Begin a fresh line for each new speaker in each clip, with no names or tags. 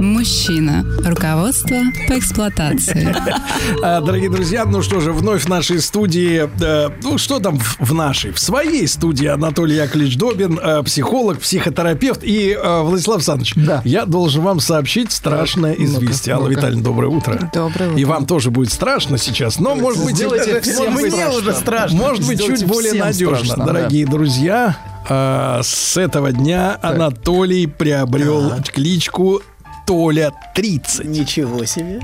Мужчина. Руководство по эксплуатации.
А, Дорогие друзья, ну что же, вновь в нашей студии, э, ну что там в, в нашей, в своей студии Анатолий Яковлевич Добин, э, психолог, психотерапевт и э, Владислав Александрович,
Да.
я должен вам сообщить страшное известие. Алла
ну-ка.
Витальевна, доброе утро.
Доброе утро.
И вам тоже будет страшно сейчас, но, может быть,
Сделайте
может
всем
быть,
страшно. Мне уже страшно.
Может быть,
Сделайте
чуть более
всем
надежно,
страшно, да.
дорогие друзья. э, с этого дня Анатолий приобрел кличку Толя 30.
Ничего себе.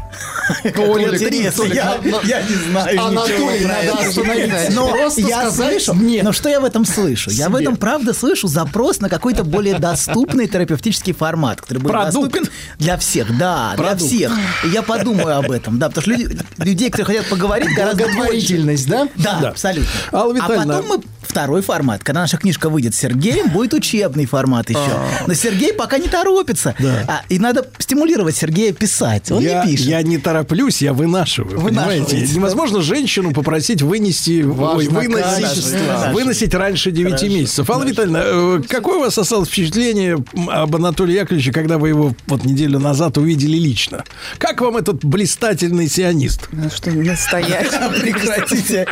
Толя
Толик,
30.
Толик, я- я не знаю
Анатолий,
ничего про
надо
это.
остановиться.
Но
Просто
я
сказать
слышу,
«нет».
но что я в этом слышу? Я в
Себе.
этом, правда, слышу запрос на какой-то более доступный терапевтический формат, который будет
Продукт.
доступен для всех. Да,
Продукт.
для всех. И я подумаю об этом, да, потому что люди- людей, которые хотят поговорить, гораздо больше.
Благотворительность, да?
Да,
Да.
абсолютно.
Алла
а
Витальевна.
потом мы второй формат. Когда наша книжка выйдет с Сергеем, будет учебный формат еще.
А.
Но Сергей пока не торопится. А, и надо стимулировать Сергея писать. Он
я,
не пишет.
я не тороплюсь, я вынашиваю.
Вынашиваете,
понимаете?
да.
Невозможно женщину попросить вынести, ой, выносить,
количество.
Выносить выносить раньше 9 месяцев. Алла Витальевна, э, какое у вас осталось впечатление м, об Анатолии Яковлевиче, когда вы его вот неделю назад увидели лично? Как вам этот блистательный сионист?
Ну что, настоящий.
Прекратите.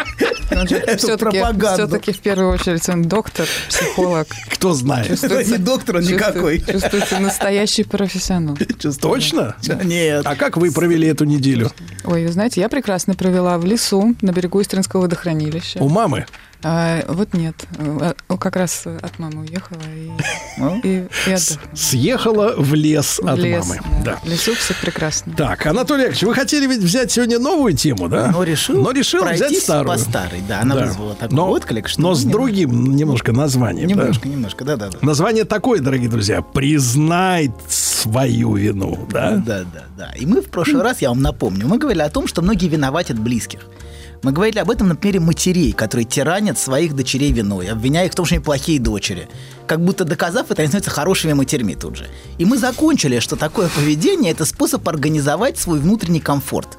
Он же
Эту
все-таки,
пропаганду.
все-таки в первую очередь он доктор, психолог.
Кто знает?
Чувствуется-
Не доктор он
чувствует-
никакой.
Чувствуется настоящий профессионал.
Точно?
Нет.
А как вы провели эту неделю?
Ой, вы знаете, я прекрасно провела в лесу на берегу Истринского водохранилища.
У мамы?
А, вот нет, А, о, как раз от мамы уехала и,
Ну.
и, и
С-
отдохнула.
Съехала в лес
В
от
лес,
мамы.
да.
Да.
В лесу все прекрасно.
Так, Анатолий Яковлевич, вы хотели ведь взять сегодня новую тему, да?
Но решил,
Но решил взять
пройтись
старую.
по старой. Да, она
Да.
вызвала такой
но,
отклик, что...
но
ну,
с
не-
другим немножко названием. да?
Немножко, немножко, да-да-да.
Название такое, дорогие друзья. Признай свою вину, да?
Да, да, да. И мы в прошлый раз, я вам напомню, мы говорили о том, что многие виноватят близких. Мы говорили об этом на примере матерей, которые тиранят своих дочерей виной, обвиняя их в том, что они плохие дочери. Как будто доказав это, они становятся хорошими матерьми тут же. И мы закончили, что такое поведение – это способ организовать свой внутренний комфорт.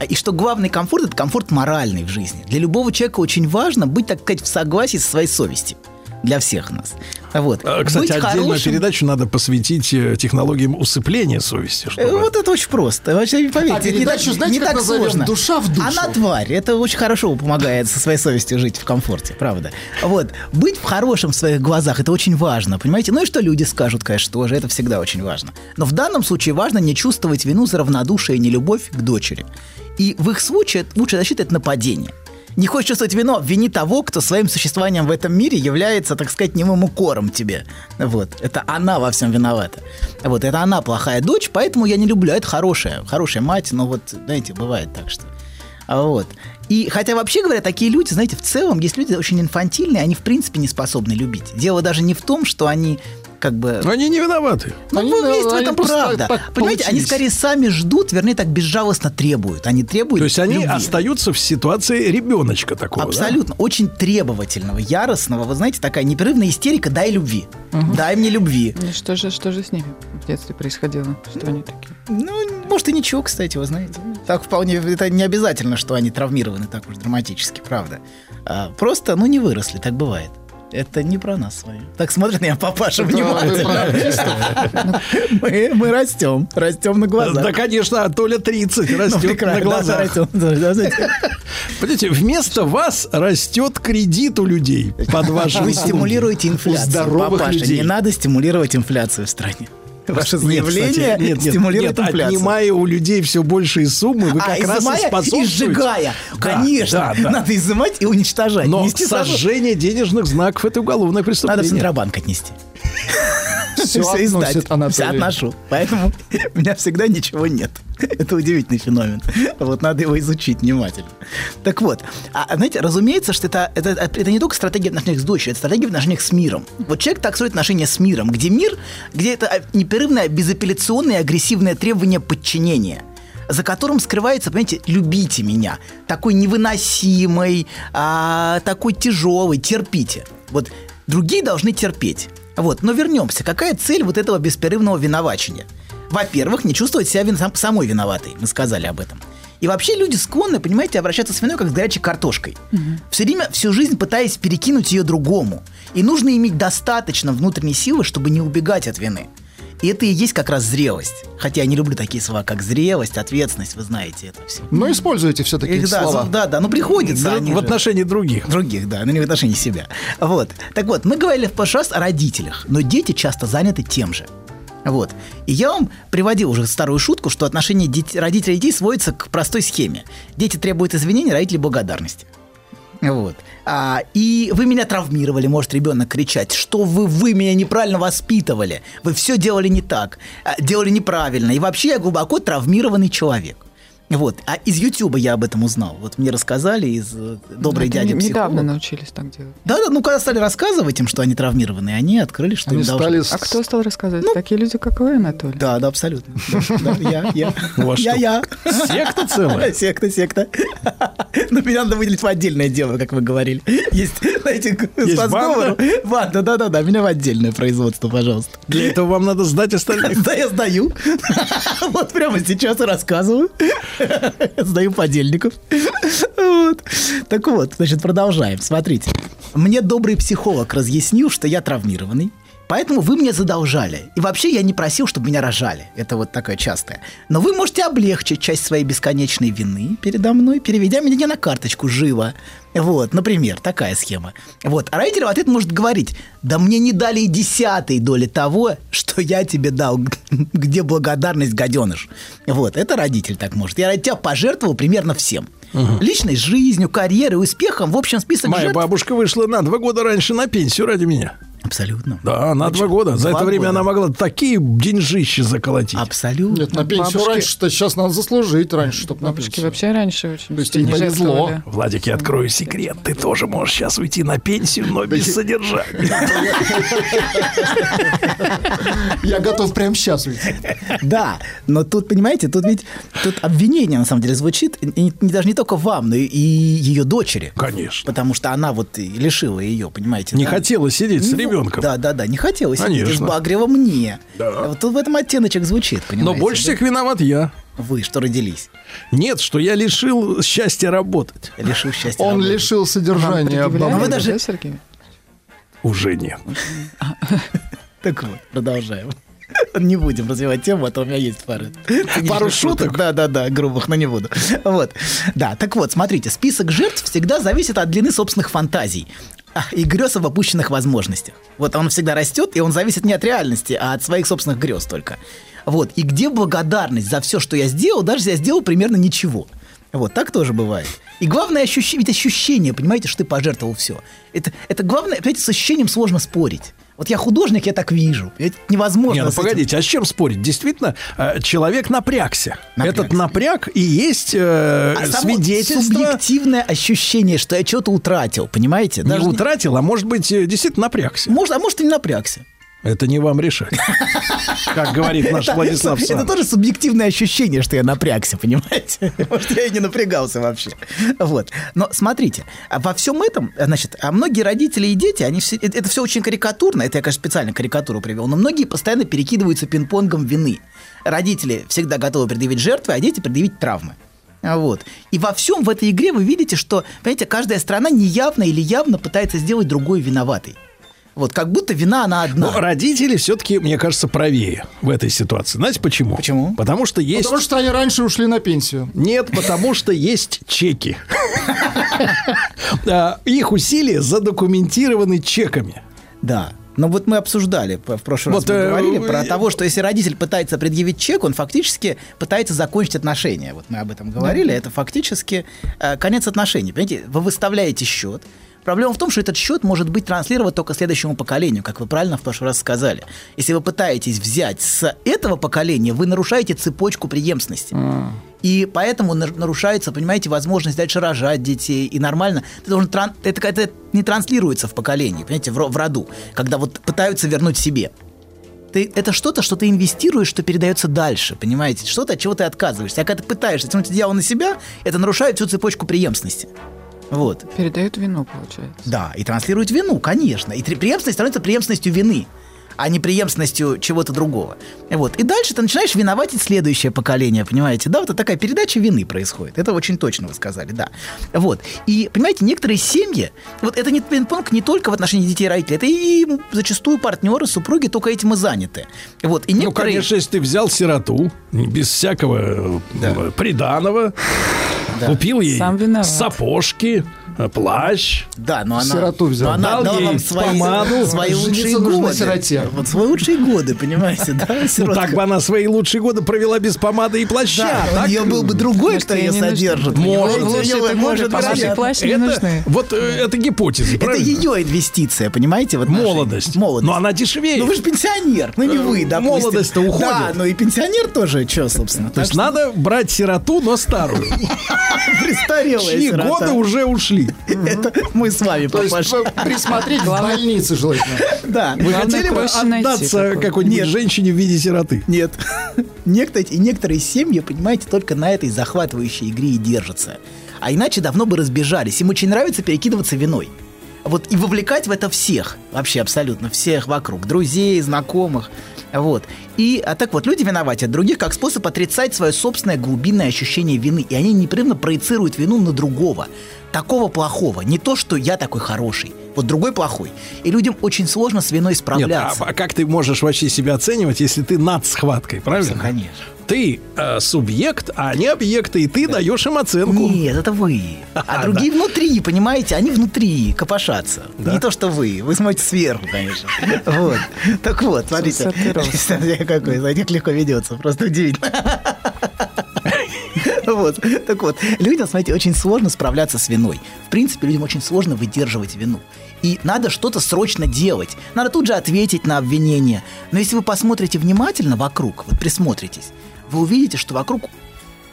А- И что главный комфорт – это комфорт моральный в жизни. Для любого человека очень важно быть, так сказать, в согласии со своей совестью. Для всех нас. Вот.
Э, Кстати,
Быть
отдельную
хорошим-
передачу надо посвятить э, технологиям усыпления совести.
Э,
чтобы-
Вот это очень просто. Вообще, поверьте,
А
это
передачу,
не так,
знаете,
не
как
так
назовем?
сложно.
«Душа в душу».
Она тварь. Это очень хорошо помогает со своей совестью жить в комфорте, правда. Вот. Быть в хорошем в своих глазах, это очень важно, понимаете? Ну и что люди скажут, конечно, тоже, это всегда очень важно. Но в данном случае важно не чувствовать вину за равнодушие и нелюбовь к дочери. И в их случае лучшая защита – это нападение. Не хочешь чувствовать вино, вини того, кто своим существованием в этом мире является, так сказать, немым укором тебе. Вот. Это она во всем виновата. Вот. Это она плохая дочь, поэтому я не люблю. А это хорошая. Хорошая мать, но вот, знаете, бывает так, что... А Вот. И хотя вообще говоря, такие люди, знаете, в целом, есть люди очень инфантильные, они в принципе не способны любить. Дело даже не в том, что они как бы...
Но они не виноваты.
Ну,
Они,
вы- есть в
они
этом
просто
правда.
так
Понимаете, они
получились.
скорее сами ждут, вернее, так безжалостно требуют. Они требуют
То есть они
любви.
остаются в ситуации ребеночка такого, да?
Абсолютно. Очень требовательного, яростного. Вы знаете, такая непрерывная истерика «дай любви». «Дай мне любви».
Ну, что же, что же с ними в детстве происходило? Что они такие?
Ну, может, и ничего, кстати, вы знаете. Так вполне, это не обязательно, что они травмированы так уж драматически, правда. А, просто, ну, не выросли, так бывает. Это не про нас с вами. Так смотрит на меня папаша внимательно. Мы, мы растем, растем на
Да,
глазах.
да, конечно, а Толя 30
Ну,
растет
прекрасно,
на
да,
глазах.
растем. Да, да, знаете,
Понимаете, вместо вас растет кредит у людей под ваши
Вы
услуги.
стимулируете
У
инфляцию,
здоровых
папаша.
людей.
Не надо стимулировать инфляцию в стране. Ваше
Нет, кстати,
заявление
нет, нет,
стимулирует
нет,
инфляцию.
отнимая у людей все большие суммы, вы
а,
как раз и
изымая и
способствуете.
сжигая.
Да,
Конечно,
да, да.
надо изымать и уничтожать.
Но
Нести сразу-
сожжение денежных знаков это уголовное
Надо в
преступление.
Центробанк отнести.
Всё
Всё
относит Анатолий.
Всё отношу. Поэтому у меня всегда ничего нет. Это удивительный феномен. Вот надо его изучить внимательно. Так вот, а, а знаете, разумеется, что это, это, это не только стратегия в отношениях с дочерью, это стратегия в отношениях с миром. Вот человек так строит отношения с миром, где мир, где это а, непрерывное безапелляционное агрессивное требование подчинения. за которым скрывается, понимаете, любите меня, такой невыносимый, а, такой тяжелый, терпите. Вот другие должны терпеть. Вот, но вернемся. Какая цель вот этого беспрерывного виновачения? Во-первых, не чувствовать себя вин- сам- самой виноватой. Мы сказали об этом. И вообще люди склонны, понимаете, обращаться с виной как с горячей картошкой. Все время, всю жизнь пытаясь перекинуть ее другому. И нужно иметь достаточно внутренней силы, чтобы не убегать от вины. И это и есть как раз зрелость. Хотя я не люблю такие слова, как зрелость, ответственность, вы знаете это все.
Но используйте все-таки
Их,
эти
да,
слова.
за- да, да, ну приходится.
Да,
они
в
же-
отношении других.
других, да, но не в отношении себя. Вот. Так вот, мы говорили в прошлый раз о родителях, но дети часто заняты тем же. Вот. И я вам приводил уже старую шутку, что отношение дит- родителей и детей сводится к простой схеме. Дети требуют извинений, родители благодарности. Вот. А, и вы меня травмировали, может ребенок кричать, что вы, вы меня неправильно воспитывали, вы все делали не так, а, делали неправильно, и вообще я глубоко травмированный человек. Вот. А из Ютуба я об этом узнал. Вот мне рассказали из э, «Добрый
Ну, Это
дядя
не- Недавно
психолог».
научились так делать.
Да, да, ну когда стали рассказывать им, что они травмированы, они открыли, что
Они
им должны-
стали
А
с-
кто стал рассказывать?
Ну,
Такие люди, как вы, Анатолий.
Да, да, абсолютно. Да, да, я, я.
У вас
Я,
что,
я.
Секта целая.
Секта, секта. Ну, меня надо выделить в отдельное дело, как вы говорили. Есть, знаете,
Есть
по сговору. Ладно, да, да, да, меня в отдельное производство, пожалуйста.
Для этого вам надо сдать остальных.
Да, я сдаю. Вот прямо сейчас и рассказываю. Сдаю подельников. Вот. Так вот, значит, продолжаем. Смотрите. Мне добрый психолог разъяснил, что я травмированный. Поэтому вы мне задолжали. И вообще я не просил, чтобы меня рожали. Это вот такое частое. Но вы можете облегчить часть своей бесконечной вины передо мной, переведя меня не на карточку живо. Вот, например, такая схема. Вот. А родитель в ответ может говорить, да мне не дали и десятой доли того, что я тебе дал. Где благодарность, гаденыш? Вот, это родитель так может. Я ради тебя пожертвовал примерно всем. Личной жизнью, карьерой, успехом, в общем, список
Моя
жертв-
бабушка вышла на два года раньше на пенсию ради меня.
Абсолютно.
Да, на два
Значит,
года. За
два
это время
года.
она могла такие деньжищи заколотить.
Абсолютно.
Нет, на пенсию
Бабушки-
раньше-то сейчас надо заслужить раньше, чтобы на
Бабушки
пенсию.
вообще раньше очень
То есть им
не
повезло.
жертвовали.
Владик, я открою секрет. Ты тоже можешь сейчас уйти на пенсию, но без содержания.
Я готов прямо сейчас уйти.
Да, но тут, понимаете, тут ведь тут обвинение, на самом деле, звучит и- и не- даже не только вам, но и, и ее дочери.
Конечно.
Потому что она вот и лишила ее, понимаете.
Не
да?
хотела сидеть с
Ну,
ребенком.
Да, да, да, не хотела сидеть,
Конечно.
избагрила мне.
Да.
Вот тут в этом оттеночек звучит,
Но
понимаете.
больше
да?
всех виноват я.
Вы, что родились,
Нет, что я лишил счастья работать.
лишил счастья
Он
работы.
лишил содержания
Предъявляли,
А вы
обновления.
да,
даже-
Сергей?
Уже нет.
Ну, Так вот, продолжаем. Не будем развивать тему, а то у меня есть пара.
Пару шуток?
Да, да, да, грубых, но не буду. Вот. Да, так вот, смотрите, список жертв всегда зависит от длины собственных фантазий а, и грез об опущенных возможностях. Вот он всегда растет, и он зависит не от реальности, а от своих собственных грез только. Вот. И где благодарность за все, что я сделал, даже если я сделал примерно ничего. Вот, так тоже бывает. И главное ощущение, ведь ощущение, понимаете, что ты пожертвовал все. Это, это главное, понимаете, с ощущением сложно спорить. Вот я художник, я так вижу. Это невозможно.
Не, ну
с этим-
погодите, а с чем спорить? Действительно, э, человек напрягся.
Напрягся.
Этот напряг и есть э,
А само
свидетельство.
Субъективное ощущение, что я что-то утратил, понимаете?
Не
Даже не-
утратил, а может быть, э, действительно напрягся.
Может, а может и не напрягся.
Это не вам решать. Как говорит наш Владислав
Это
Саныч.
тоже субъективное ощущение, что я напрягся, понимаете? Может, я и не напрягался вообще. Вот. Но смотрите, а во всем этом, а, значит, а многие родители и дети, они все, это, все очень карикатурно, это я, конечно, специально карикатуру привел, но многие постоянно перекидываются пинг-понгом вины. Родители всегда готовы предъявить жертвы, а дети предъявить травмы. А Вот. И во всем в этой игре вы видите, что, понимаете, каждая страна неявно или явно пытается сделать другой виноватой. Вот, как будто вина она одна.
Но родители все-таки, мне кажется, правее в этой ситуации. Знаете почему?
Почему?
Потому что есть...
Потому что они раньше ушли на пенсию.
Нет, потому что есть чеки. А, Их усилия задокументированы чеками.
Да. Но вот мы обсуждали п- в прошлый
Вот,
раз, мы
э,
говорили
э,
про
э,
того, что если родитель пытается предъявить чек, он фактически пытается закончить отношения. Вот мы об этом говорили. Это фактически э, конец отношений. Понимаете, вы выставляете счет. Проблема в том, что этот счет может быть транслирован только следующему поколению, как вы правильно в прошлый раз сказали. Если вы пытаетесь взять с этого поколения, вы нарушаете цепочку преемственности. И поэтому нар- нарушается, понимаете, возможность дальше рожать детей. И нормально. Ты должен тран- это, это не транслируется в поколении, понимаете, в, ро- в роду, когда вот пытаются вернуть себе. Ты, это что-то, что ты инвестируешь, что передается дальше, понимаете? Что-то, от чего ты отказываешься. А когда ты пытаешься тянуть одеяло на себя, это нарушает всю цепочку преемственности. Вот.
Передают вину, получается.
Да, и транслирует вину, конечно. И три- преемственность становится преемственностью вины, а не преемственностью чего-то другого. Вот. И дальше ты начинаешь виноватить следующее поколение, понимаете? Да, вот такая передача вины происходит. Это очень точно вы сказали, да. Вот. И, понимаете, некоторые семьи, вот это не пинг-понг не только в отношении детей и родителей, это и зачастую партнеры, супруги только этим и заняты. Вот. И
Ну,
некоторые...
конечно, если ты взял сироту, без всякого приданого, приданого, купил ей
Сам виноват.
сапожки, э, плащ.
Да, но она...
Сироту взял.
но она
Дал
отдала
ей
вам свои,
помаду.
свои
Жениться
лучшие
нужно на
годы.
сироте.
Вот свои лучшие годы, понимаете, да,
Ну,
сиротка?
так бы она свои лучшие годы провела без помады и плаща.
Да, у
так?
нее был бы другой,
Может,
кто
ей
ее
не нужны.
содержит.
Может.
Её
Лучшие
может,
это годы,
может,
помады и
вероятно.
плащ. не
это,
нужны.
вот э, это гипотеза,
Это
правильно?
ее инвестиция, понимаете? в отношении.
Молодость.
Молодость.
Но она дешевеет.
Ну вы же пенсионер, ну не вы, допустим.
молодость-то уходит.
Да, ну и пенсионер тоже, что, собственно.
То есть надо брать сироту, но старую.
Престарелая
Чьи
сирота.
годы уже ушли.
Это мы с вами,
То есть
папаша.
э, присмотреть в больнице желательно.
Да.
Вы
Главное,
хотели бы
проще найти
отдаться
какой-то.
какой-нибудь
Нет.
женщине в виде сироты?
Нет. Некоторые, и некоторые семьи, понимаете, только на этой захватывающей игре и держатся. А иначе давно бы разбежались. Им очень нравится перекидываться виной. Вот и вовлекать в это всех, вообще абсолютно всех вокруг, друзей, знакомых, вот. И а так вот люди виноватят других как способ отрицать свое собственное глубинное ощущение вины, и они непрерывно проецируют вину на другого, такого плохого, не то, что я такой хороший, вот другой плохой. И людям очень сложно с виной
Нет, а,
справляться.
а как ты можешь вообще себя оценивать, если ты над схваткой, правильно?
Конечно.
Ты э, субъект, а они объекты, и ты даешь им оценку.
Нет, это вы. А
Да.
другие внутри, понимаете? Они внутри копошатся.
Да.
Не то, что вы. Вы смотрите сверху, конечно. Вот. Так вот, смотрите. Смотрите, Какой, за них легко ведется. Просто удивительно. Вот. Так вот, людям, смотрите, очень сложно справляться с виной. В принципе, людям очень сложно выдерживать вину. И надо что-то срочно делать. Надо тут же ответить на обвинение. Но если вы посмотрите внимательно вокруг, вот присмотритесь, вы увидите, что вокруг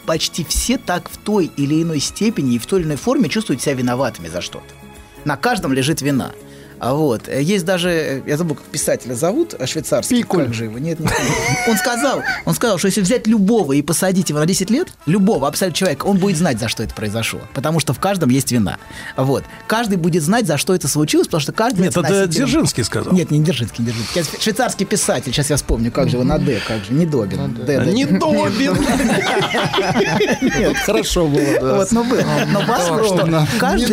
почти все так в той или иной степени и в той или иной форме чувствуют себя виноватыми за что-то. На каждом лежит вина. А вот, э, есть даже, э, я забыл, как писателя зовут, э, швейцарский,
Пикуль.
как же его, нет, не помню. Он сказал, он сказал, что если взять любого и посадить его на 10 лет, любого, абсолютно человека, он будет знать, за что это произошло, потому что в каждом есть вина. Вот, каждый будет знать, за что это случилось, потому что каждый...
Нет, это
носителем-
Дзержинский сказал.
Нет, не Держинский, не Дзержинский. Я- Швейцарский писатель, сейчас я вспомню, как же его, на Д, как же, не Добин. Д, Д,
Не
Д.
добил.
Хорошо было, да.
Вот, но был. Э, Но вас
Ровно.
каждый,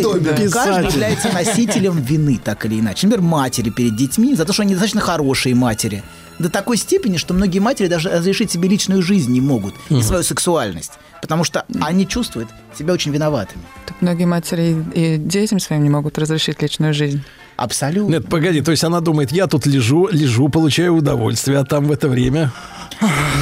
каждый
Недобитый.
Писатель.
является носителем вины, так или иначе. Например, матери перед детьми за то, что они достаточно хорошие матери. До такой степени, что многие матери даже разрешить себе личную жизнь не могут и свою сексуальность. Потому что они чувствуют себя очень виноватыми.
Так многие матери и и детям своим не могут разрешить личную жизнь.
Абсолютно.
Нет, погоди, то есть она думает, я тут лежу, лежу, получаю удовольствие, а там в это время...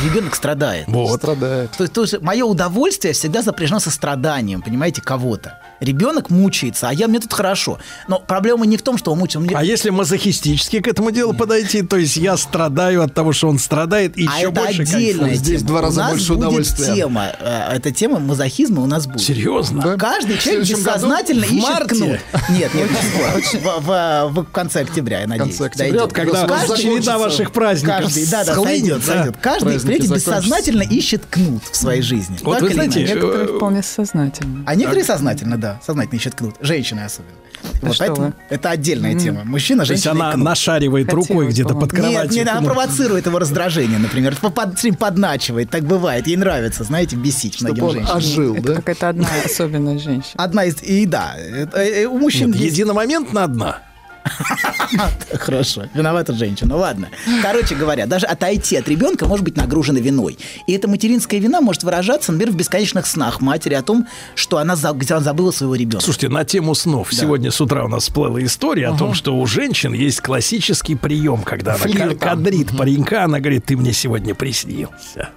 Ребенок страдает.
Вот.
Страдает.
То есть, мое удовольствие всегда запряжено со страданием, понимаете, кого-то. Ребенок мучается, а я мне тут хорошо. Но проблема не в том, что он мучается. он мне-
А если мазохистически к этому делу подойти, то есть я страдаю от того, что он страдает, и
а
еще
это
больше
отдельная
кайфую.
тема.
Здесь в два раза
у нас
больше
будет
удовольствия.
Тема, э, эта тема мазохизма у нас будет. А
Серьезно?
Да.
Каждый
В
человек
следующем году?
бессознательно
В
ищет
марте?
кнут. Нет, нет, не скоро. в, в- в конце октября, я надеюсь.
конце октября,
дойдет.
Когда
Каждый-
череда ваших праздников
Каждый, да, да,
схлынет,
сойдет,
да.
сойдет. Каждый,
Праздники
понимаете,
закончатся.
бессознательно ищет кнут в своей жизни.
Вот
Так
вы
или
знаете,
иначе.
Э,
Некоторые
э,
вполне сознательно.
А некоторые сознательно, да, сознательно ищут кнут. Женщины особенно. Вот
что
поэтому
вы.
это отдельная тема. Мужчина,
То есть
женщина и
она
кнут.
нашаривает
Хотелось
рукой где-то
бы.
под кроватью.
Нет, нет, она
Ну,
провоцирует его раздражение, например, по- под, смотри, подначивает, так бывает, ей нравится, знаете, бесить многим
Чтобы он
женщинам.
ожил,
Это
да?
какая-то одна особенность женщин.
Одна из... И да, э, э, у мужчин
Нет,
есть...
единомоментно одна.
Хорошо, виновата женщина, ну ладно. Короче говоря, даже отойти от ребенка может быть нагружена виной. И эта материнская вина может выражаться, например, в бесконечных снах матери о том, что она за- где она забыла своего ребенка.
Слушайте, на тему снов. Сегодня с утра у нас всплыла история о том, что у женщин есть классический прием, когда она ка- кадрит паренька, она говорит, ты мне сегодня приснился.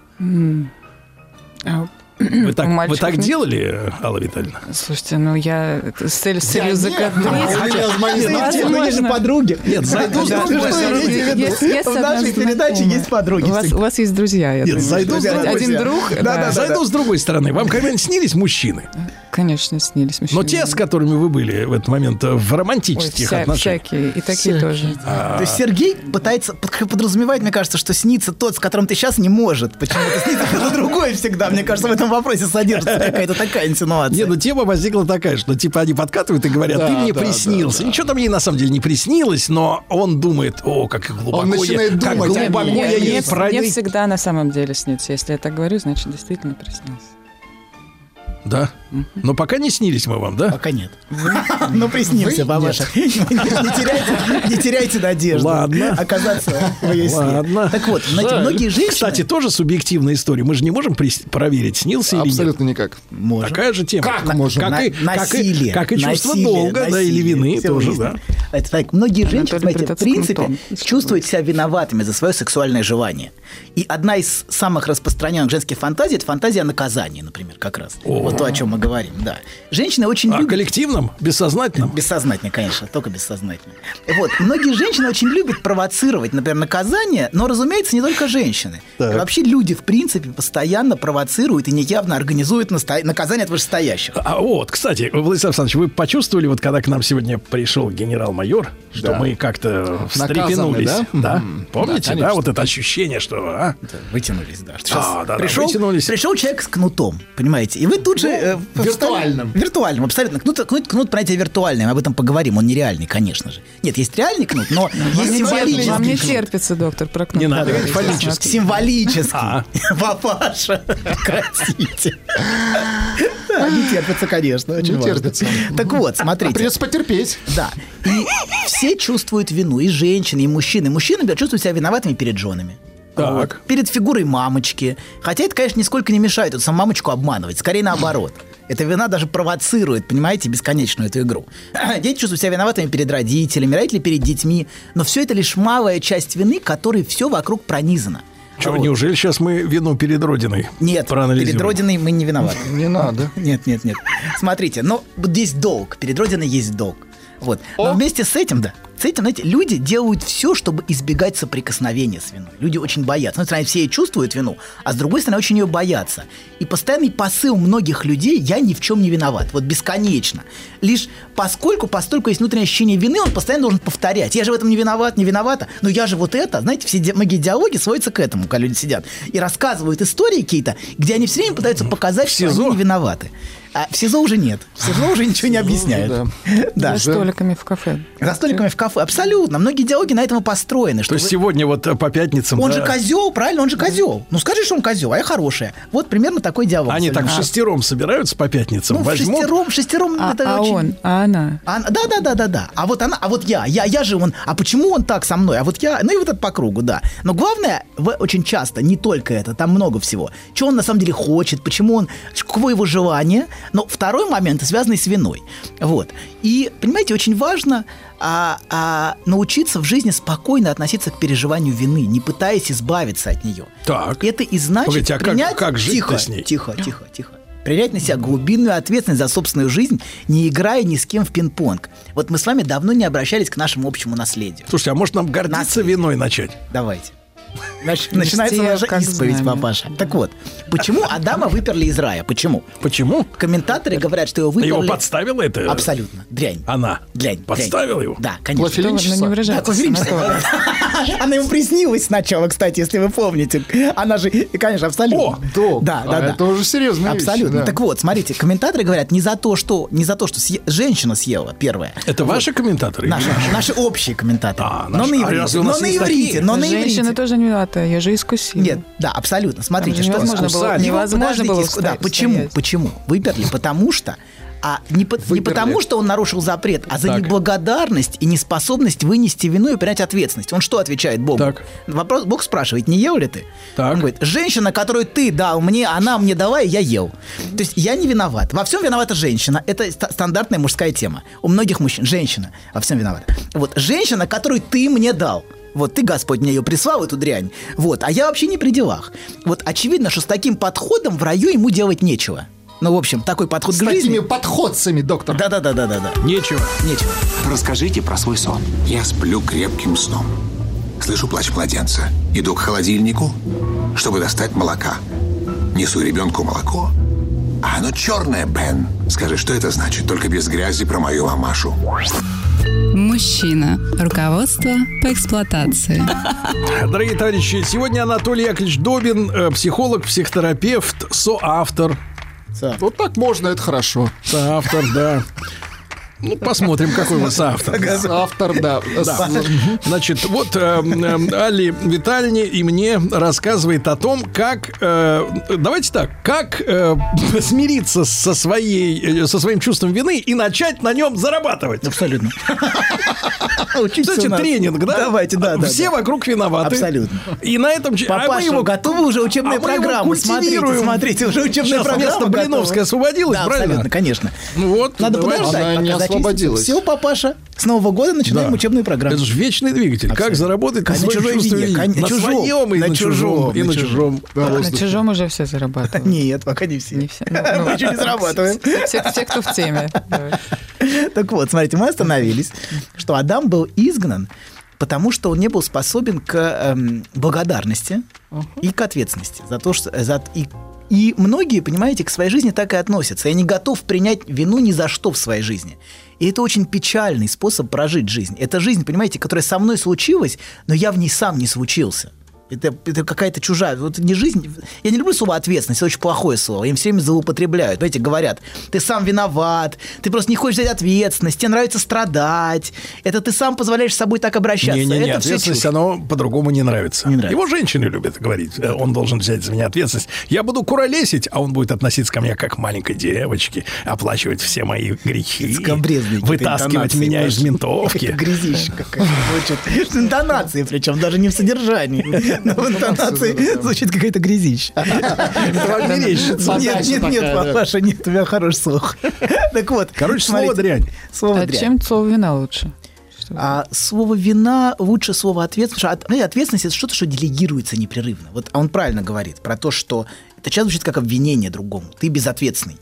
А,
Вы так, вы
мальчик
так
не-
делали, Алла Витальевна?
Слушайте, ну я это с целью, с целью
А у
закадрить.
меня с моей
Нет, ну,
знакомой-
ну, есть же подруги.
Нет, зайду с
Да,
другой
вы что
стороны.
имеете в виду?
Есть- есть
В нашей
одна
передаче
знакомая.
есть подруги.
У вас, у вас есть друзья, я
Нет,
думаю.
зайду с
Один
другой
друг,
Да, да, да.
Зайду с другой стороны. Вам когда-нибудь снились мужчины?
Конечно, снились мужчины.
Но те, с которыми вы были в этот момент э, в
Ой,
романтических
вся-
отношениях.
всякие, и такие тоже.
А.
То есть Сергей пытается, под- подразумевает, мне кажется, что снится тот, с которым ты сейчас не может. Почему-то снится кто-то другой всегда. Мне кажется, в этом вопросе содержится какая-то такая инсинуация.
Не, ну тема возникла такая, что типа они подкатывают и говорят, ты
Да,
мне
да,
приснился.
да, да.
Ничего там ей на самом деле не приснилось, но он думает, о, как глубоко
Он начинает
я, как
думать, а
глубоко
мне-
я
мне-
ей
мне
Мне
проник.
всегда на самом деле снится. Если я так говорю, значит, действительно приснился.
Да. Но пока не снились мы вам, да?
Пока нет. Но приснился,
Вы?
бабаша. Не теряйте- не теряйте надежды.
Ладно.
Оказаться в ее сне.
Ладно.
Так вот, знаете,
Жаль.
многие женщины...
Кстати, тоже субъективная история. Мы же не можем прис- проверить, снился или нет.
Абсолютно никак.
Может.
Такая же тема.
Как
На-
можно?
Как и,
На-
как и-
насилие.
как и чувство
Насилие,
долга, да, или
насилие.
вины
Всё
тоже,
выяснено.
да.
Это так, многие женщины,
Анатолий
знаете, в
Придатов
принципе,
Крутон. Что
чувствуют себя виноватыми за свое сексуальное желание. И одна из самых распространенных женских фантазий – это фантазия о наказании, например, как раз. Вот то, о чем мы говорим, да. Женщины очень
А
любят...
коллективном, бессознательном.
Бессознательно, конечно, только бессознательно. Вот, многие женщины очень любят провоцировать, например, наказание, но, разумеется, не только женщины. И вообще люди, в принципе, постоянно провоцируют и неявно организуют наста- наказание от вышестоящих.
А вот, кстати, Владислав Александрович, вы почувствовали, вот когда к нам сегодня пришел генерал-майор, что
Да.
мы как-то встрепенулись?
да? Да,
Помните, да,
конечно.
вот это ощущение, что... а?
Вытянулись, да. что
Да,
щас
да, да,
пришел,
вытянулись.
пришел человек с кнутом, понимаете, и вы тут же... э, встали-
виртуальным.
Виртуальным, абсолютно. Кнут, кнут, кнут, понятие виртуальное, мы об этом поговорим, он нереальный, конечно же. Нет, есть реальный кнут, но
Вам
есть
не, терпится, вам не
символический кнут.
терпится, доктор, про кнут
Не надо,
поговорить.
фаллический.
Символический.
А.
Папаша, прекратите. Да, Не терпится, конечно, очень
Не
важно.
терпится.
Так вот, смотрите.
Придется потерпеть.
Да. И все чувствуют вину, и женщины, и мужчины. И Мужчины например, чувствуют себя виноватыми перед женами.
Так.
Перед фигурой мамочки. Хотя это, конечно, нисколько не мешает эту саму мамочку обманывать. Скорее наоборот. Эта вина даже провоцирует, понимаете, бесконечную эту игру. Дети чувствуют себя виноватыми перед родителями, родители перед детьми. Но все это лишь малая часть вины, которой все вокруг пронизано.
Чё, неужели сейчас мы вину перед Родиной
Нет,
проанализируем?
перед Родиной мы не виноваты.
Не надо.
Нет, нет, нет. Смотрите, но вот здесь долг. Перед Родиной есть долг. Вот. Но вместе с этим, да, с этим, знаете, люди делают все, чтобы избегать соприкосновения с виной. Люди очень боятся. С одной стороны, все и чувствуют вину, а с другой стороны, очень ее боятся. И постоянный посыл многих людей «я ни в чем не виноват». Вот бесконечно. Лишь поскольку, постольку есть внутреннее ощущение вины, он постоянно должен повторять. Я же в этом не виноват, не виновата. Но я же вот это. Знаете, все ди- многие диалоги сводятся к этому, когда люди сидят и рассказывают истории какие-то, где они все время пытаются показать, что
СИЗО?
они не виноваты. А в СИЗО уже нет. В СИЗО уже ничего не объясняют. Да.
За столиками в кафе.
За столиками в кафе. Абсолютно. Многие диалоги на этом и построены.
То
Что
есть
вы-
сегодня вот э, по пятницам...
он
да,
же козел, правильно? Он же козел. Ну скажи, что он козел, а я хорошая. Вот примерно такой диалог.
Они так
А,
шестером собираются по пятницам,
Ну, в
возьмут...
шестером, в шестером
А,
Ну, это
а
очень...
он, а она.
А она- да, да, да, да, да. А вот она, а вот я, я, я же он. А почему он так со мной? А вот я, ну и вот это по кругу, да. Но главное, в- очень часто не только это, там много всего. Чего он на самом деле хочет, почему он, каково его желание. Но второй момент связанный с виной, вот. И понимаете, очень важно а, а, научиться в жизни спокойно относиться к переживанию вины, не пытаясь избавиться от нее.
Так.
Это и значит
Погодите, а как-
принять-
как жить-то
тихо,
с ней?
тихо, тихо, тихо. Принять на себя глубинную ответственность за собственную жизнь, не играя ни с кем в пинг-понг. Вот мы с вами давно не обращались к нашему общему наследию.
Слушайте, а может нам гордиться
Наследие.
виной начать?
Давайте. Нач- Начинается
Все
наша
как
исповедь,
знамя.
папаша. Так вот, почему Адама выперли из рая? Почему?
Почему?
Комментаторы говорят, что его выперли...
Его подставила это? э,
Абсолютно. Дрянь.
Она?
Дрянь.
Подставила
дрянь.
его?
Да, конечно.
Да ладно, не
Плафелинчество.
выражайтесь, Анатолий.
Она ему приснилась сначала, кстати, если вы помните. Она же, и, конечно, абсолютно.
О, долг.
Да, да,
А
да.
это уже
Ну
серьезная вещь,
Абсолютно.
да.
Так вот, смотрите, комментаторы говорят не за то, что не за то, что съе- женщина съела первое.
Это ваши комментаторы?
Наши, наши общие комментаторы.
А,
но
наши.
на
А
иврите,
разве у
но
нас
на
есть
иврите,
такие?
но на
Женщина
иврите.
тоже не виновата, ее же искусили.
Нет, да, абсолютно. Смотрите,
Там же
что
невозможно было-
Его
невозможно
каждый
было
диску- Да,
устоять.
почему? Почему? Выперли, потому что а не, по- не
Выперли.
потому, что он нарушил запрет, а за
Так.
неблагодарность и неспособность вынести вину и принять ответственность. Он что отвечает Богу?
Так.
Вопрос, Бог спрашивает, не ел ли ты?
Так.
Он говорит, женщина, которую ты дал мне, она мне дала, и я ел. То есть я не виноват. Во всем виновата женщина. Это ст- стандартная мужская тема. У многих мужчин женщина во всем виновата. Вот женщина, которую ты мне дал. Вот ты, Господь, мне ее прислал, эту дрянь. Вот, а я вообще не при делах. Вот очевидно, что с таким подходом в раю ему делать нечего. Ну, в общем, такой подход
С
к
такими
жизни.
подходцами, доктор.
Да-да-да-да-да-да.
Нечего.
Нечего.
Расскажите про свой сон. Я сплю крепким сном. Слышу плач младенца. Иду к холодильнику, чтобы достать молока. Несу ребенку молоко, А оно черное, Бен. Скажи, что это значит? Только без грязи про мою мамашу.
Мужчина. Руководство по эксплуатации.
Дорогие товарищи, сегодня Анатолий Яковлевич Добин, э, психолог, психотерапевт, соавтор.
Сам.
Вот так можно, это хорошо.
Соавтор, да. Ну, посмотрим, какой вы соавтор.
Автор, да.
Значит, вот э, м, э, Алле Витальне и мне рассказывает о том, как, э, давайте так, как э, смириться со, своей, э, со своим чувством вины и начать на нем зарабатывать.
Абсолютно. Учиться
Кстати,
у нас.
тренинг, да?
Давайте, да, да.
Все
да.
вокруг виноваты.
Абсолютно.
И на этом... ч- а мы
Папаша,
его-
готовы уже учебные
а мы его
программы. Смотрите,
культивируем.
смотрите, уже учебные
Сейчас
программы.
место
готовы.
Блиновской освободилась,
да,
правильно?
Абсолютно, конечно.
Ну вот,
Надо
давай.
подождать.
Она не освободилась.
Все, папаша, с Нового года начинаем
Да.
учебные программы.
Это же вечный двигатель. Как заработать на
Кон- А на
своем
чужой
чувстве
вине,
вины?
кон-
На
чужом,
своем и
на
на чужом.
чужом,
И
на
на
чужом.
чужом.
На чужом уже все зарабатывают.
Нет, пока не все.
Не все. Ну, ну
Мы еще не
ладно.
зарабатываем.
Все, все, кто в теме. Давай.
Так вот, смотрите, мы остановились, что Адам был изгнан, потому что он не был способен к эм, благодарности и к ответственности за то, что за и и многие, понимаете, к своей жизни так и относятся. Я не готов принять вину ни за что в своей жизни. И это очень печальный способ прожить жизнь. Это жизнь, понимаете, которая со мной случилась, но я в ней сам не случился. Это, это какая-то чужая, вот не жизнь. Я не люблю слово ответственность, это очень плохое слово. Им все время злоупотребляют. Знаете, говорят, ты сам виноват, ты просто не хочешь взять ответственность, тебе нравится страдать, это ты сам позволяешь с собой так обращаться.
Не-не-не,
это всё
ответственность,
чушь.
оно по-другому не нравится.
Не нравится.
Его женщины любят говорить. э, Он должен взять за меня ответственность. Я буду куролесить, а он будет относиться ко мне как к маленькой девочке, оплачивать все мои грехи,
Скабрезные какие-то
вытаскивать
интонации,
меня из
Паша.
ментовки.
Это грязище какая-то. звучит. В интонации, причем даже не в содержании. Но в интонации звучит какая-то грязища.
Это вам мерещится.
Нет, нет, нет, папаша, нет, у тебя хороший слух. Так вот.
Короче, слово
смотрите,
дрянь.
Слово
А
дрянь.
чем слово вина лучше? Что-
А слово вина лучше слово ответственность. потому что от- знаете, ответственность это что-то, что делегируется непрерывно. Вот а он правильно говорит про то, что это часто звучит как обвинение другому. Ты безответственный.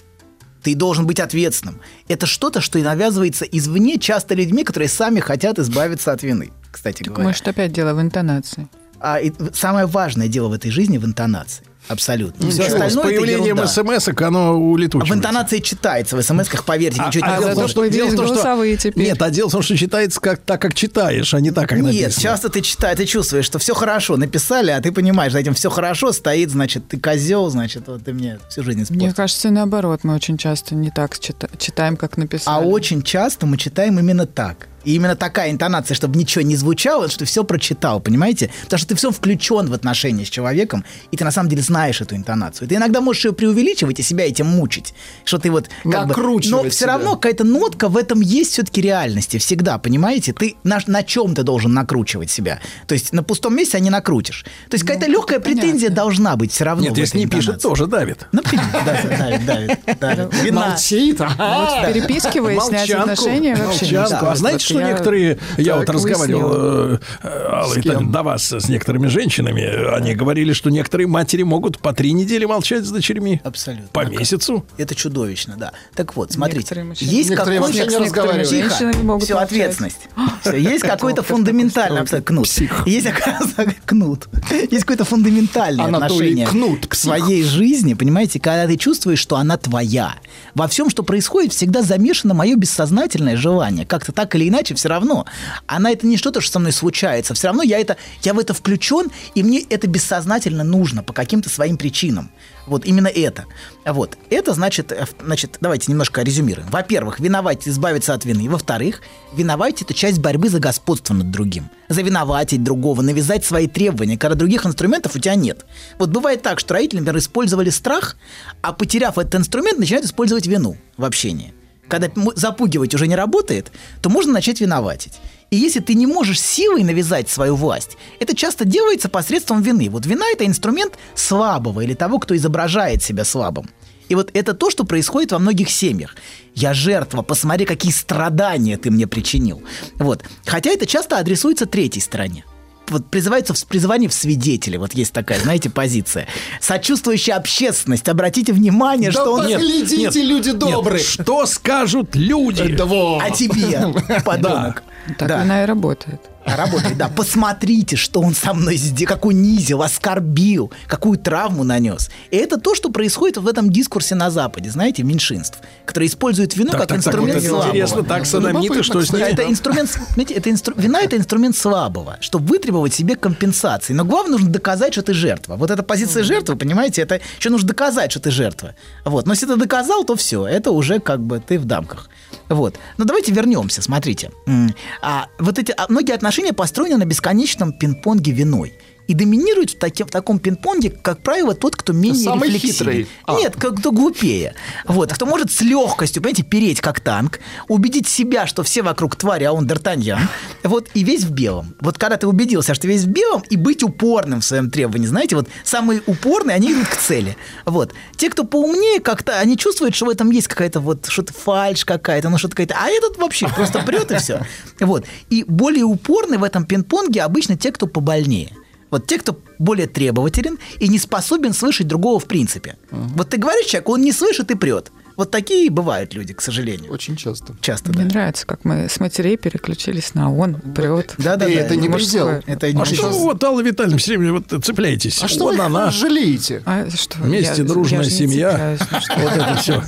Ты должен быть ответственным. Это что-то, что и навязывается извне часто людьми, которые сами хотят избавиться от вины. Кстати говоря.
Может, опять дело в интонации.
А и самое важное дело в этой жизни в интонации. Абсолютно. Все
Ничего, с
остальное это
появлением
ерунда.
смс-ок оно
А в
улетучивается.
интонации читается, в смс-ках, поверьте,
А-
ничего
а
не
дело в том,
поможет.
что-
Появились
дело в том, что-
голосовые теперь.
Нет, а дело в том, что читается как, так, как читаешь, а не так, как написано.
Нет, часто ты читаешь, ты чувствуешь, что все хорошо написали, а ты понимаешь, за этим все хорошо стоит, значит, ты козел, значит, вот ты мне всю жизнь испортил.
Мне кажется, наоборот, мы очень часто не так чита- читаем, как написано.
А очень часто мы читаем именно так. И именно такая интонация, чтобы ничего не звучало, что ты все прочитал, понимаете? Потому что ты все включен в отношения с человеком, и ты на самом деле знаешь эту интонацию. Ты иногда можешь ее преувеличивать и себя этим мучить, что ты вот как бы-
Накручивать
но все
себя.
равно какая-то нотка в этом есть все-таки реальности всегда, понимаете? Ты на, на чем ты должен накручивать себя? То есть на пустом месте а не накрутишь. То есть какая-то легкая претензия должна быть все равно.
Ну, Нет,
в
если
этой
не пишет,
интонации.
тоже давит.
Например, да, давит, давит, давит. Вина.
Молчит. а?
Вот
ага.
в переписке выяснять
Молчанку.
отношения вообще не
Молчанку. А
стоит.
знаете,
Вот
что
я
некоторые... Я вот
так
разговаривал э, э, Алла
С кем?
Витальевна, до вас э, с некоторыми женщинами. э, Они говорили, что некоторые матери могут по три недели молчать с дочерьми.
Абсолютно.
По месяцу.
Это чудовищно, да. Так вот, смотрите,
Некоторые мужчины.
есть
Некоторые
какой-то...
вообще не
Некоторые
разговаривают.
мужчины могут
Все,
молчать.
ответственность. Всё, есть какой-то фундаментальный обстоятель- кнут. Есть, оказывается, кнут. Есть какое-то фундаментальное
Анатолий
отношение
Кнут,
к своей жизни, понимаете, когда ты чувствуешь, что она твоя. Во всем, что происходит, всегда замешано мое бессознательное желание. Как-то так или иначе, все равно. Она это не что-то, что со мной случается. Все равно я, это, я в это включен, и мне это бессознательно нужно по каким-то своим причинам. Вот именно это. Вот. Это значит, э, в- значит, давайте немножко резюмируем. Во-первых, виновать избавиться от вины. Во-вторых, виновать это часть борьбы за господство над другим. Завиноватить другого, навязать свои требования, когда других инструментов у тебя нет. Вот бывает так, что родители, например, использовали страх, а потеряв этот инструмент, начинают использовать вину в общении. Когда м- запугивать уже не работает, то можно начать виноватить. И если ты не можешь силой навязать свою власть, это часто делается посредством вины. Вот вина – это инструмент слабого или того, кто изображает себя слабым. И вот это то, что происходит во многих семьях. Я жертва, посмотри, какие страдания ты мне причинил. Вот. Хотя это часто адресуется третьей стороне вот призывается в призвание в свидетели. Вот есть такая, знаете, позиция. Сочувствующая общественность. Обратите внимание,
Да
что он
Нет, поглядите, люди
нет.
добрые.
Что скажут люди?
Да вот.
а тебе, подонок.
Так
Да.
она и работает.
Работает, да. Посмотрите, что он со мной сделал, как унизил, оскорбил, какую травму нанес. И это то, что происходит в этом дискурсе на Западе, знаете, меньшинств, которые используют вину как инструмент
вот это
слабого.
интересно,
Ну,
так садомиты, что с
Да,
ней...
А это инструмент, знаете, это инстру- вина это инструмент слабого, чтобы вытребовать себе компенсации. Но главное нужно доказать, что ты жертва. Вот эта позиция жертвы, понимаете, это еще нужно доказать, что ты жертва. Вот. Но если ты доказал, то все, это уже как бы ты в дамках. Вот. Но давайте вернемся, смотрите. М. А вот эти а, многие отношения построены на бесконечном пинг-понге виной. И доминирует в, таки- в таком пинг-понге, как правило, тот, кто менее
Самый
рефлексивен.
хитрый. А.
Нет, как кто глупее. Вот, кто может с легкостью, понимаете, переть как танк, убедить себя, что все вокруг твари, а он Д'Артаньян. Вот, и весь в белом. Вот когда ты убедился, что весь в белом, и быть упорным в своем требовании, знаете, вот самые упорные, они идут к цели. Вот. Те, кто поумнее как-то, они чувствуют, что в этом есть какая-то вот что-то фальш какая-то, ну что-то какая-то. А этот вообще просто прет и все. Вот. И более упорные в этом пинг-понге обычно те, кто побольнее. Вот те, кто более требователен и не способен слышать другого в принципе. Вот ты говоришь человеку, он не слышит и прет. Вот такие бывают люди, к сожалению.
Очень часто.
Часто,
Мне
да.
нравится, как мы с матерей переключились на он, прет.
Да-да-да.
И это не предел.
мужское.
Это не
А что
сейчас-
вы, вот, Алла Витальевна, все время вот цепляетесь?
А что
Вот
вы
она,
их жалеете?
А что,
Вместе
я-
дружная
я же не
семья.
цепляюсь, ну что
вот это все.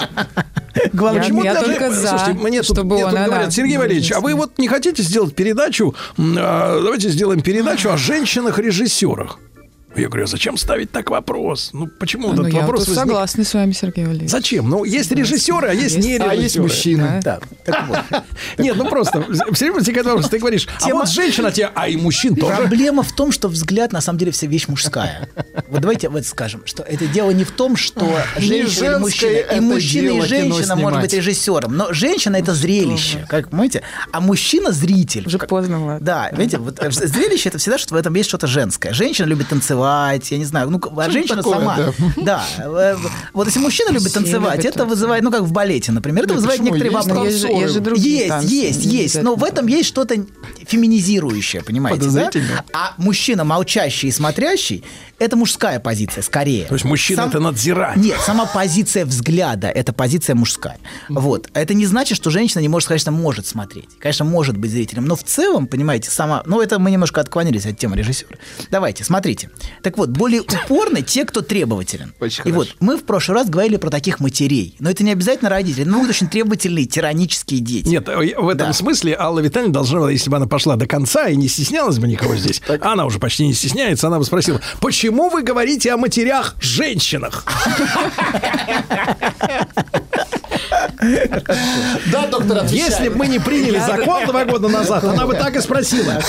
Главное,
Я-
чему
я
ты-
только- за,
А Слушайте, мне тут,
чтобы
мне
он,
тут
она
говорят, Сергей
не
Валерьевич, а вы
объяснила.
вот не хотите сделать передачу? м, а, давайте сделаем передачу о женщинах-режиссерах. Я говорю, а зачем ставить так вопрос? Ну, почему
Ну,
этот
я
вопрос
тут
возник?
согласна с вами, Сергей Валерьевич.
Зачем? Ну, есть режиссеры, а есть
Есть.
не
А есть
режиссеры.
мужчины.
Да, так вот.
Нет, ну просто, все время возникает вопрос, ты говоришь, а
Тема-
вот женщина тебе, а и мужчин тоже.
Проблема в том, что взгляд на самом деле вся вещь мужская. Вот давайте вот скажем, что это дело не в том, что женщина или
женское
мужчина. И
это
мужчина, и
дело кино
женщина может быть
снимать.
режиссером. Но женщина это зрелище, как понимаете, а мужчина зритель.
Уже
Как-
поздно, ладно.
Да, видите, вот э, зрелище это всегда, что в этом есть что-то женское. Женщина любит танцевать, я не знаю, ну, а женщина
такое,
сама.
да.
Да. э, Вот если мужчина любит
Все
танцевать,
любят
это
танцевать.
вызывает, ну, как в балете, например, это
Нет,
вызывает
почему?
некоторые
Есть
вопросы.
Есть же, есть же другие
Есть,
танцы,
есть,
не
есть. Но в
обязательно.
этом есть что-то феминизирующее, понимаете, да? А мужчина, молчащий и смотрящий, это мужская позиция, скорее.
То есть мужчина
Сам-
это надзиратель.
А, Нет, сама позиция взгляда – это позиция мужская. Вот. А Это не значит, что женщина не может, конечно, может смотреть. Конечно, может быть зрителем. Но в целом, понимаете, сама... Ну, это мы немножко отклонились от темы режиссера. Давайте, смотрите. Так вот, более упорны те, кто требователен.
Очень
И
хорошо.
вот мы в прошлый раз говорили про таких матерей. Но это не обязательно родители. Ну, могут очень требовательные, тиранические дети.
Нет, э, в этом
Да.
смысле Алла Витальевна должна была, если бы она пошла до конца и не стеснялась бы никого здесь, она уже почти не стесняется, она бы спросила, почему вы говорите о матерях-женщинах?
Да, доктор,
Если бы мы не приняли закон два года назад, она бы так и спросила.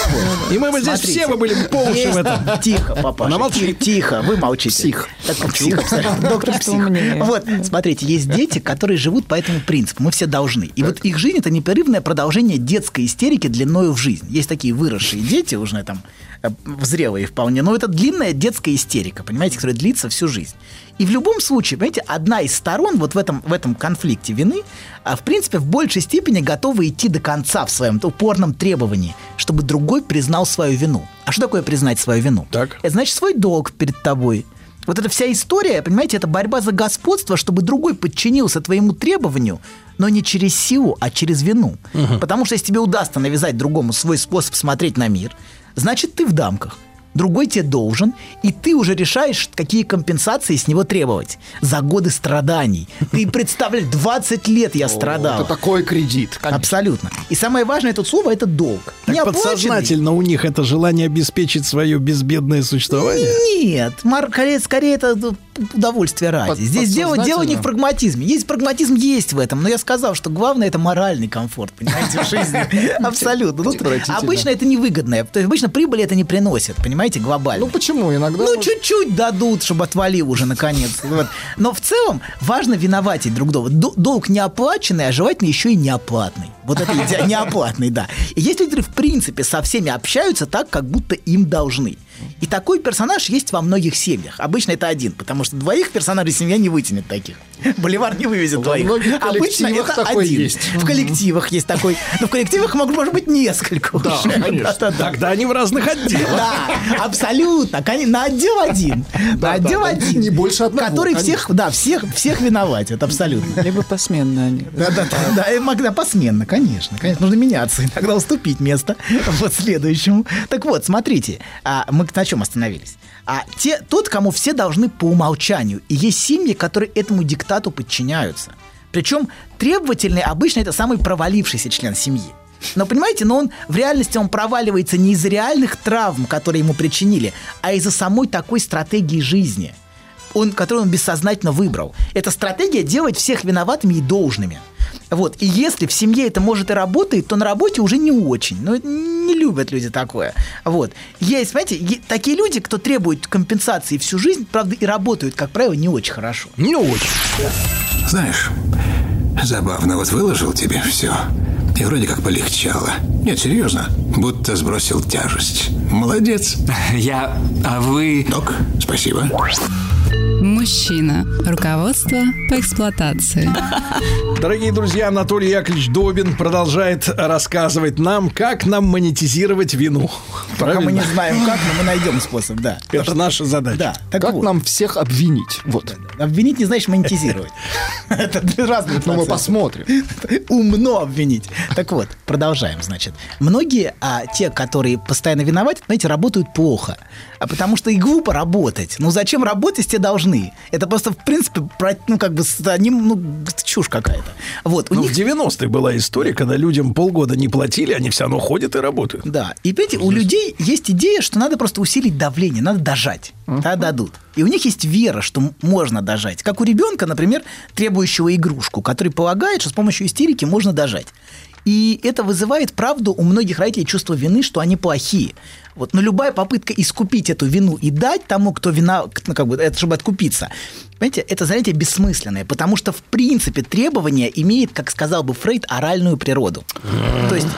И мы бы здесь
Смотрите.
все бы были по уши в
Есть-
этом.
Тихо, папаша.
Она молчит.
ти- Тихо, вы молчите.
Псих.
Так, псих, абсолютно. Доктор
Просто
псих.
умнее.
Вот, смотрите, есть дети, которые живут по этому принципу. Мы все должны. И вот их жизнь – это непрерывное продолжение детской истерики длиною в жизнь. Есть такие выросшие дети, уже там э, зрелые вполне, но это длинная детская истерика, понимаете, которая длится всю жизнь. И в любом случае, понимаете, одна из сторон вот в этом, в этом конфликте вины, а, в принципе, в большей степени готова идти до конца в своем упорном требовании, чтобы другой признал свою вину. А что такое признать свою вину?
Так.
Это значит свой долг перед тобой. Вот эта вся история, понимаете, это борьба за господство, чтобы другой подчинился твоему требованию, но не через силу, а через вину. Потому что если тебе удастся навязать другому свой способ смотреть на мир, значит ты в дамках. Другой тебе должен, и ты уже решаешь, какие компенсации с него требовать. За годы страданий. Ты представляешь, 20 лет я страдал.
Это такой кредит.
Абсолютно. И самое важное тут слово – это долг.
Так
Неоплаченный.
подсознательно у них это желание обеспечить свое безбедное существование.
Нет, Марк, скорее, скорее это удовольствие ради.
Под-
Здесь дело, дело не в
подсознательно?
прагматизме. Есть прагматизм, есть в этом. Но я сказал, что главное это моральный комфорт, понимаете, в жизни. Абсолютно. Ну,
Отвратительно.
Обычно это невыгодное. То есть обычно прибыли это не приносит, понимаете, глобально.
Ну почему? Иногда...
Ну,
может-
чуть-чуть дадут, чтобы отвалил уже, наконец. Вот. Но в целом важно виноватить друг друга. Ду- Долг неоплаченный, а желательно еще и неоплатный. Вот это идея- неоплатный, да. И если люди, в принципе, со всеми общаются так, как будто им должны. И такой персонаж есть во многих семьях. Обычно это один, потому что двоих персонажей семья не вытянет таких. Боливар не вывезет
Во
двоих.
многих
Обычно
коллективах
это
такой
один.
есть.
В коллективах есть такой. Но в коллективах мог- может быть несколько
Да,
уже.
конечно.
Да-да-да.
Тогда они в разных отделах.
Да, абсолютно. Кон- На отдел один. На отдел
да.
один.
Не больше одного,
Который
конечно.
всех, да, всех, всех виноватит, абсолютно.
Либо посменно они.
Да, да, да, да, и иногда посменно, конечно, конечно, нужно меняться, иногда уступить место вот следующему. Так вот, смотрите, а мы на чем остановились? А те, тот, кому все должны по умолчанию, и есть семьи, которые этому диктату подчиняются. Причем требовательный обычно это самый провалившийся член семьи. Но понимаете, но он в реальности он проваливается не из-за реальных травм, которые ему причинили, а из-за самой такой стратегии жизни он, который он бессознательно выбрал. Это стратегия делать всех виноватыми и должными. Вот. И если в семье это может и работает, то на работе уже не очень. Но это не любят люди такое. Вот. Есть, понимаете, е- такие люди, кто требует компенсации всю жизнь, правда, и работают, как правило, не очень хорошо.
Ну,
Не очень.
Знаешь, забавно, вот выложил тебе все. И вроде как полегчало. Нет, серьезно, будто сбросил тяжесть. Молодец.
Я... А вы...
Док, спасибо.
Мужчина. Руководство по эксплуатации.
Дорогие друзья, Анатолий Яковлевич Добин продолжает рассказывать нам, как нам монетизировать вину.
Пока мы
Правильно?
не знаем как, но мы найдем способ, да.
Это наша задача.
Да, так
Как
вот.
нам всех обвинить? Вот.
Обвинить не значит монетизировать. Это разные
Ну, мы
процессы.
посмотрим.
умно обвинить. Так вот, продолжаем, значит. Многие, а те, которые постоянно виноваты, знаете, работают плохо. А потому что и глупо работать. Ну зачем работать, если те должны? Это просто, в принципе, про- ну как бы с одним, ну, чушь какая-то. Вот, у
Ну,
них...
в 90-е была история, когда людям полгода не платили, они все равно ходят и работают.
Да. И понимаете, у людей есть идея, что надо просто усилить давление, надо дожать. Тогда дадут. И у них есть вера, что м- можно дожать. Как у ребенка, например, требующего игрушку, который полагает, что с помощью истерики можно дожать. И это вызывает, правду, у многих родителей чувство вины, что они плохие. Вот. Но любая попытка искупить эту вину и дать тому, кто вина, ну, как бы, это чтобы откупиться, понимаете, это занятие бессмысленное, потому что, в принципе, требование имеет, как сказал бы Фрейд, оральную природу. То есть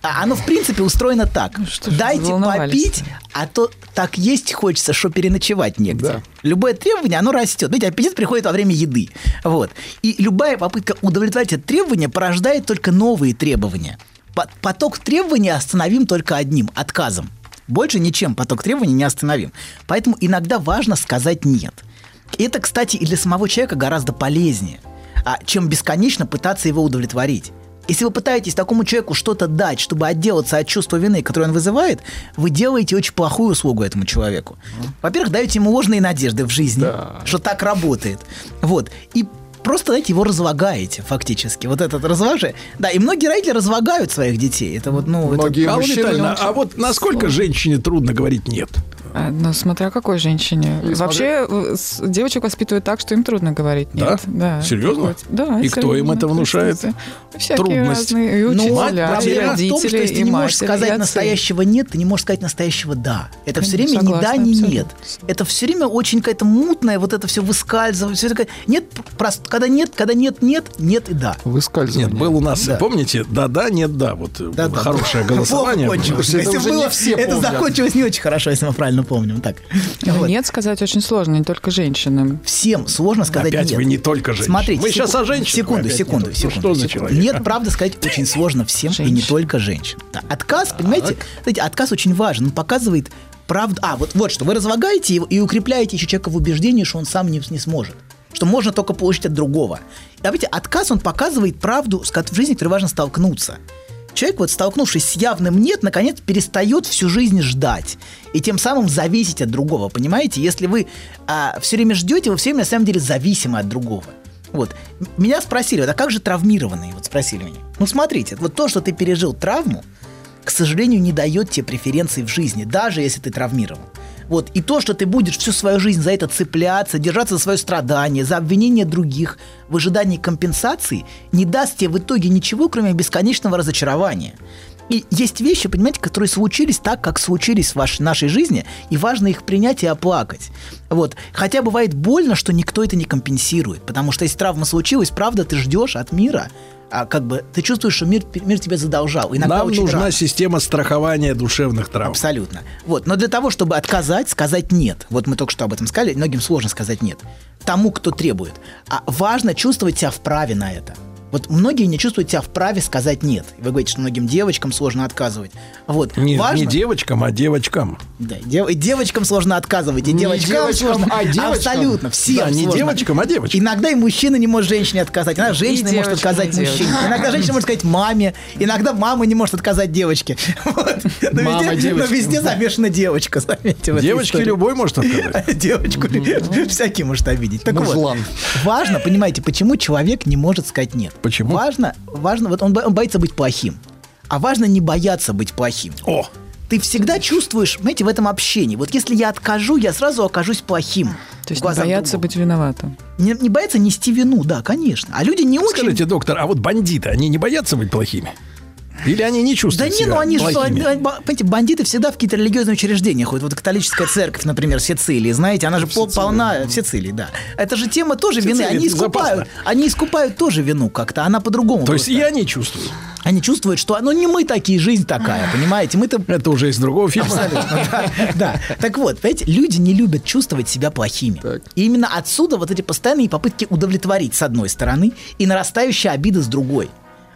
а Оно, в принципе, устроено так.
Ну, что ж вы
Дайте
заволновались-то?
попить, а то так есть хочется, что переночевать негде. Любое требование, оно растет. Видите, аппетит приходит во время еды. Вот. И любая попытка удовлетворить это требование порождает только новые требования. По- Поток требований остановим только одним – отказом. Больше ничем поток требований не остановим. Поэтому иногда важно сказать «нет». И Это, кстати, и для самого человека гораздо полезнее, а, чем бесконечно пытаться его удовлетворить. Если вы пытаетесь такому человеку что-то дать, чтобы отделаться от чувства вины, которое он вызывает, вы делаете очень плохую услугу этому человеку. Во-первых, даете ему ложные надежды в жизни, что так работает. Вот. И просто, знаете, его разлагаете фактически. Вот этот разложи. Да, и многие родители разлагают своих детей. Это вот, ну... это-
Многие
Алла Витальевна,
мужчины...
а вот насколько женщине трудно говорить «нет»?
А, Ну, смотря какой женщине.
ну,
Вообще, э, с- девочек воспитывают так, что им трудно говорить.
а Да?
Нет.
А,
Да.
Серьезно?
Вот. Да.
И кто им
серьезно.
это внушает?
То есть, э, Всякие
Трудность.
разные. И
Ну,
учителя, и
проблема в том, что
родители,
если ты
и
не
матери,
можешь
и
сказать
отцы.
настоящего нет, ты не можешь сказать настоящего да. Это все время
Конечно,
ни да,
согласна,
ни
абсолютно.
нет. Это все время очень какая-то мутная, вот это все выскальзывает. Все такое. Нет, просто когда нет, когда нет, нет, нет и да.
Выскальзывание.
Нет, был у нас,
Да.
помните, да-да, нет-да, вот э,
Да-да.
хорошее голосование.
Плохо кончилось.
Потому что это
Если
уже
было,
не все
это
помнят.
закончилось не очень хорошо, если мы правильно помним. Так.
Но
Вот.
Э, Нет сказать очень сложно, не только женщинам.
Всем сложно сказать
Опять
нет.
вы не только женщины.
Смотрите,
Мы сейчас о женщинах, вы
Секунду,
опять не
секунду,
только. Ну,
секунду.
что за
секунду.
человек, а?
Нет, правда сказать очень сложно всем и не
Женщин.
только женщин. Да, Отказ, понимаете, знаете, отказ очень важен. Он показывает правду. А, вот, вот что, вы разлагаете его и укрепляете еще человека в убеждении, что он сам не, не сможет. Что можно только получить от другого. Давайте, отказ, он показывает правду с кот- в жизни, с которой важно столкнуться. Человек, вот столкнувшись с явным «нет», наконец перестает всю жизнь ждать. И тем самым зависеть от другого, понимаете? Если вы все время ждете, вы все время на самом деле зависимы от другого. Вот. М- Меня спросили, вот, а как же травмированные? Вот спросили меня. Ну смотрите, вот то, что ты пережил травму, к сожалению, не дает тебе преференций в жизни, даже если ты травмирован. Вот. И то, что ты будешь всю свою жизнь за это цепляться, держаться за свое страдание, за обвинение других, в ожидании компенсации, не даст тебе в итоге ничего, кроме бесконечного разочарования. И есть вещи, понимаете, которые случились так, как случились в ваш- нашей жизни, и важно их принять и оплакать. Вот. Хотя бывает больно, что никто это не компенсирует, потому что если травма случилась, правда, ты ждешь от мира, а как бы ты чувствуешь, что мир, мир тебе задолжал. Иногда
Нам
очень
нужна
рано.
система страхования душевных травм.
Абсолютно. Вот. Но для того, чтобы отказать, сказать нет. Вот мы только что об этом сказали, многим сложно сказать нет. Тому, кто требует. А важно чувствовать себя вправе на это. Вот многие не чувствуют себя вправе сказать нет. Вы говорите, что многим девочкам сложно отказывать. Вот.
Не, не
важно,
девочкам, а девочкам.
Да, и дев- и девочкам сложно отказывать, и
Не
девочкам,
девочкам,
сложно.
а девочкам.
Абсолютно, всем
Да, не
сложно.
девочкам, а девочкам.
Иногда и мужчина не может женщине отказать, иногда женщина не может
девочкам,
отказать
и
мужчине.
девочкам.
Иногда женщина может сказать маме, иногда мама не может отказать девочке. Вот. Но,
Мама
везде, но
девочке.
везде замешана девочка, заметьте. в этой
Девочки
истории.
любой может отказать.
Девочку всякий может обидеть.
Ну,
Так вот,
Мужлан.
важно, понимаете, почему человек не может сказать нет.
Почему?
Важно, важно, вот он, бо- он боится быть плохим. А важно не бояться быть плохим.
О,
Ты всегда чувствуешь, понимаете, в этом общении. Вот если я откажу, я сразу окажусь плохим.
То есть
в
не
глазах
бояться
другого.
быть виноватым.
Не, не бояться нести вину, да, конечно. А люди не очень...
скажите, доктор, а вот бандиты, они не боятся быть плохими? Или они не
Да
чувствуют
не,
себя
ну они же,
плохими?
понимаете, бандиты всегда в какие-то религиозные учреждения ходят. Вот католическая церковь, например, Сицилии, знаете, она же пол- полна в Сицилии, да. Это же тема тоже вины.
Сицилия,
Они
это
искупают,
безопасно.
они искупают тоже вину как-то, она по-другому.
То есть
просто.
и они чувствуют.
Они чувствуют, что, ну не мы такие, жизнь такая, понимаете, мы-то
Это уже из другого фильма.
Абсолютно, да, да. Так вот, понимаете, люди не любят чувствовать себя плохими. И именно отсюда вот эти постоянные попытки удовлетворить с одной стороны и нарастающая обида с другой.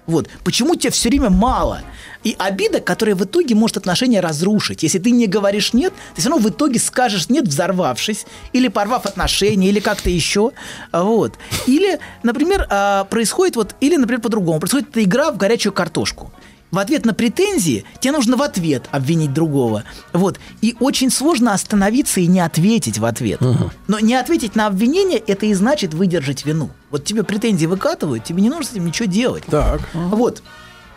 Вот. Почему тебе все время мало? И обида, которая в итоге может отношения разрушить. Если ты не говоришь «нет», ты все равно в итоге скажешь «нет», взорвавшись, или порвав отношения, или как-то еще. Вот. Или, например, а, происходит вот, или, например, по-другому. Происходит эта игра в горячую картошку в ответ на претензии тебе нужно в ответ обвинить другого. Вот. И очень сложно остановиться и не ответить в ответ. Но не ответить на обвинение это и значит выдержать вину. Вот тебе претензии выкатывают, тебе не нужно с этим ничего делать.
Так.
Вот.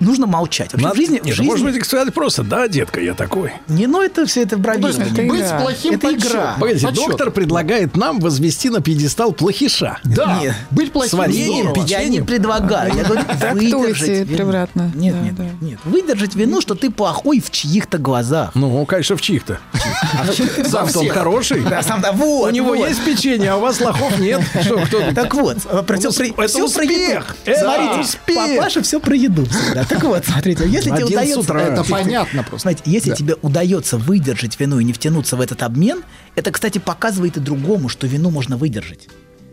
Нужно молчать. Вообще, в
Надо-
жизни, в
Не, ну,
жизни-
может быть, сказать просто, да, детка, я такой.
не, ну это все это бравирование.
это
Быть
игра.
плохим
Это
подсчет.
игра.
Погодите,
Подсчет.
доктор предлагает нам возвести на пьедестал плохиша.
Да,
Нет.
быть плохим.
С вареньем,
здорово.
печеньем.
Я не предлагаю. Я говорю,
Трактуйте
выдержать вину.
превратно.
Нет,
Да,
нет,
да.
нет. Выдержать вину, что ты плохой в чьих-то глазах.
Ну, конечно, в чьих-то.
А
Сам-то он хороший.
Да, сам, да,
У
вот,
него
вот.
есть печенье, а у вас лохов нет. Что, кто тут?
Так вот, против-
усп-
при-
это
всё про еду.
успех. Это
Смотрите,
успех.
папаша все про еду всегда. Так вот, смотрите, если тебе
Один с
удается...
утра.
Это
Ты-
понятно просто.
Смотрите, если тебе удается выдержать вину и не втянуться в этот обмен, это, кстати, показывает и другому, что вину можно выдержать.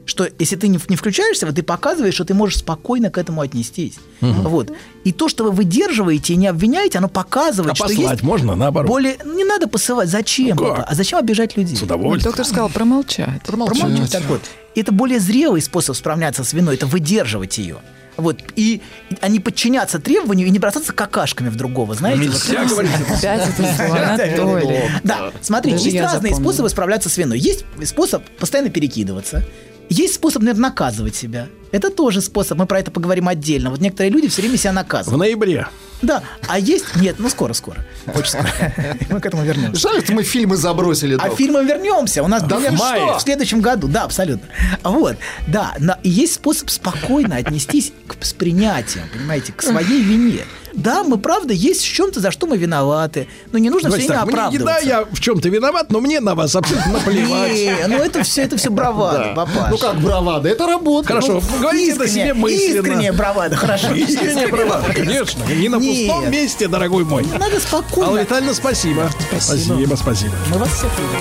Что если ты не, в- не включаешься, вот ты показываешь, что ты можешь спокойно к этому отнестись. Вот. И то, что вы выдерживаете и не обвиняете, оно показывает,
А
что
послать
есть
можно наоборот?
более... Ну, Не надо посылать. Зачем?
Ну, как?
это? А зачем обижать людей?
С
Вот
удовольствием.
доктор сказал промолчать.
Промолчать. Так вот. Это более зрелый способ справляться с виной, это выдерживать ее. Вот, и, и- а не подчиняться требованию и не бросаться какашками в другого, знаете? вот.
Нельзя говорить.
Опять это слово, Анатолий.
Да, смотри,
Даже
есть
я
разные
запомнила.
способы справляться с виной. Есть способ постоянно перекидываться. Есть способ, наверное, наказывать себя. Это тоже способ, мы про это поговорим отдельно. Вот некоторые люди все время себя
В
наказывают.
ноябре.
Да, а есть... Нет, ну скоро-скоро. Очень скоро. Мы к этому вернемся.
Жаль, что мы фильмы забросили.
А
доктор.
фильмы вернемся. У нас примерно
мае.
в следующем году. Да, абсолютно. Вот. Да, но и есть способ спокойно отнестись к, с принятием, понимаете, к своей вине. Да, мы правда есть в чем-то, за что мы виноваты. Но не нужно
Давайте
все время
так, мне, да,
оправдываться.
я в чем-то виноват, но мне на вас абсолютно наплевать.
Не, ну это все, это все бравада, папаша.
Ну как бравада, это работа.
Хорошо,
Ну,
говорите это себе мысленно.
искренняя бравада, хорошо.
Искренне права, конечно. Не на
Нет.
пустом месте, дорогой мой.
Надо
Алла
спокойно.
Витальевна, спасибо. Спасибо, спасибо.
Мы вас всех любим.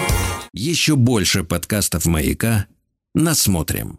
Еще больше подкастов «Маяка» насмотрим.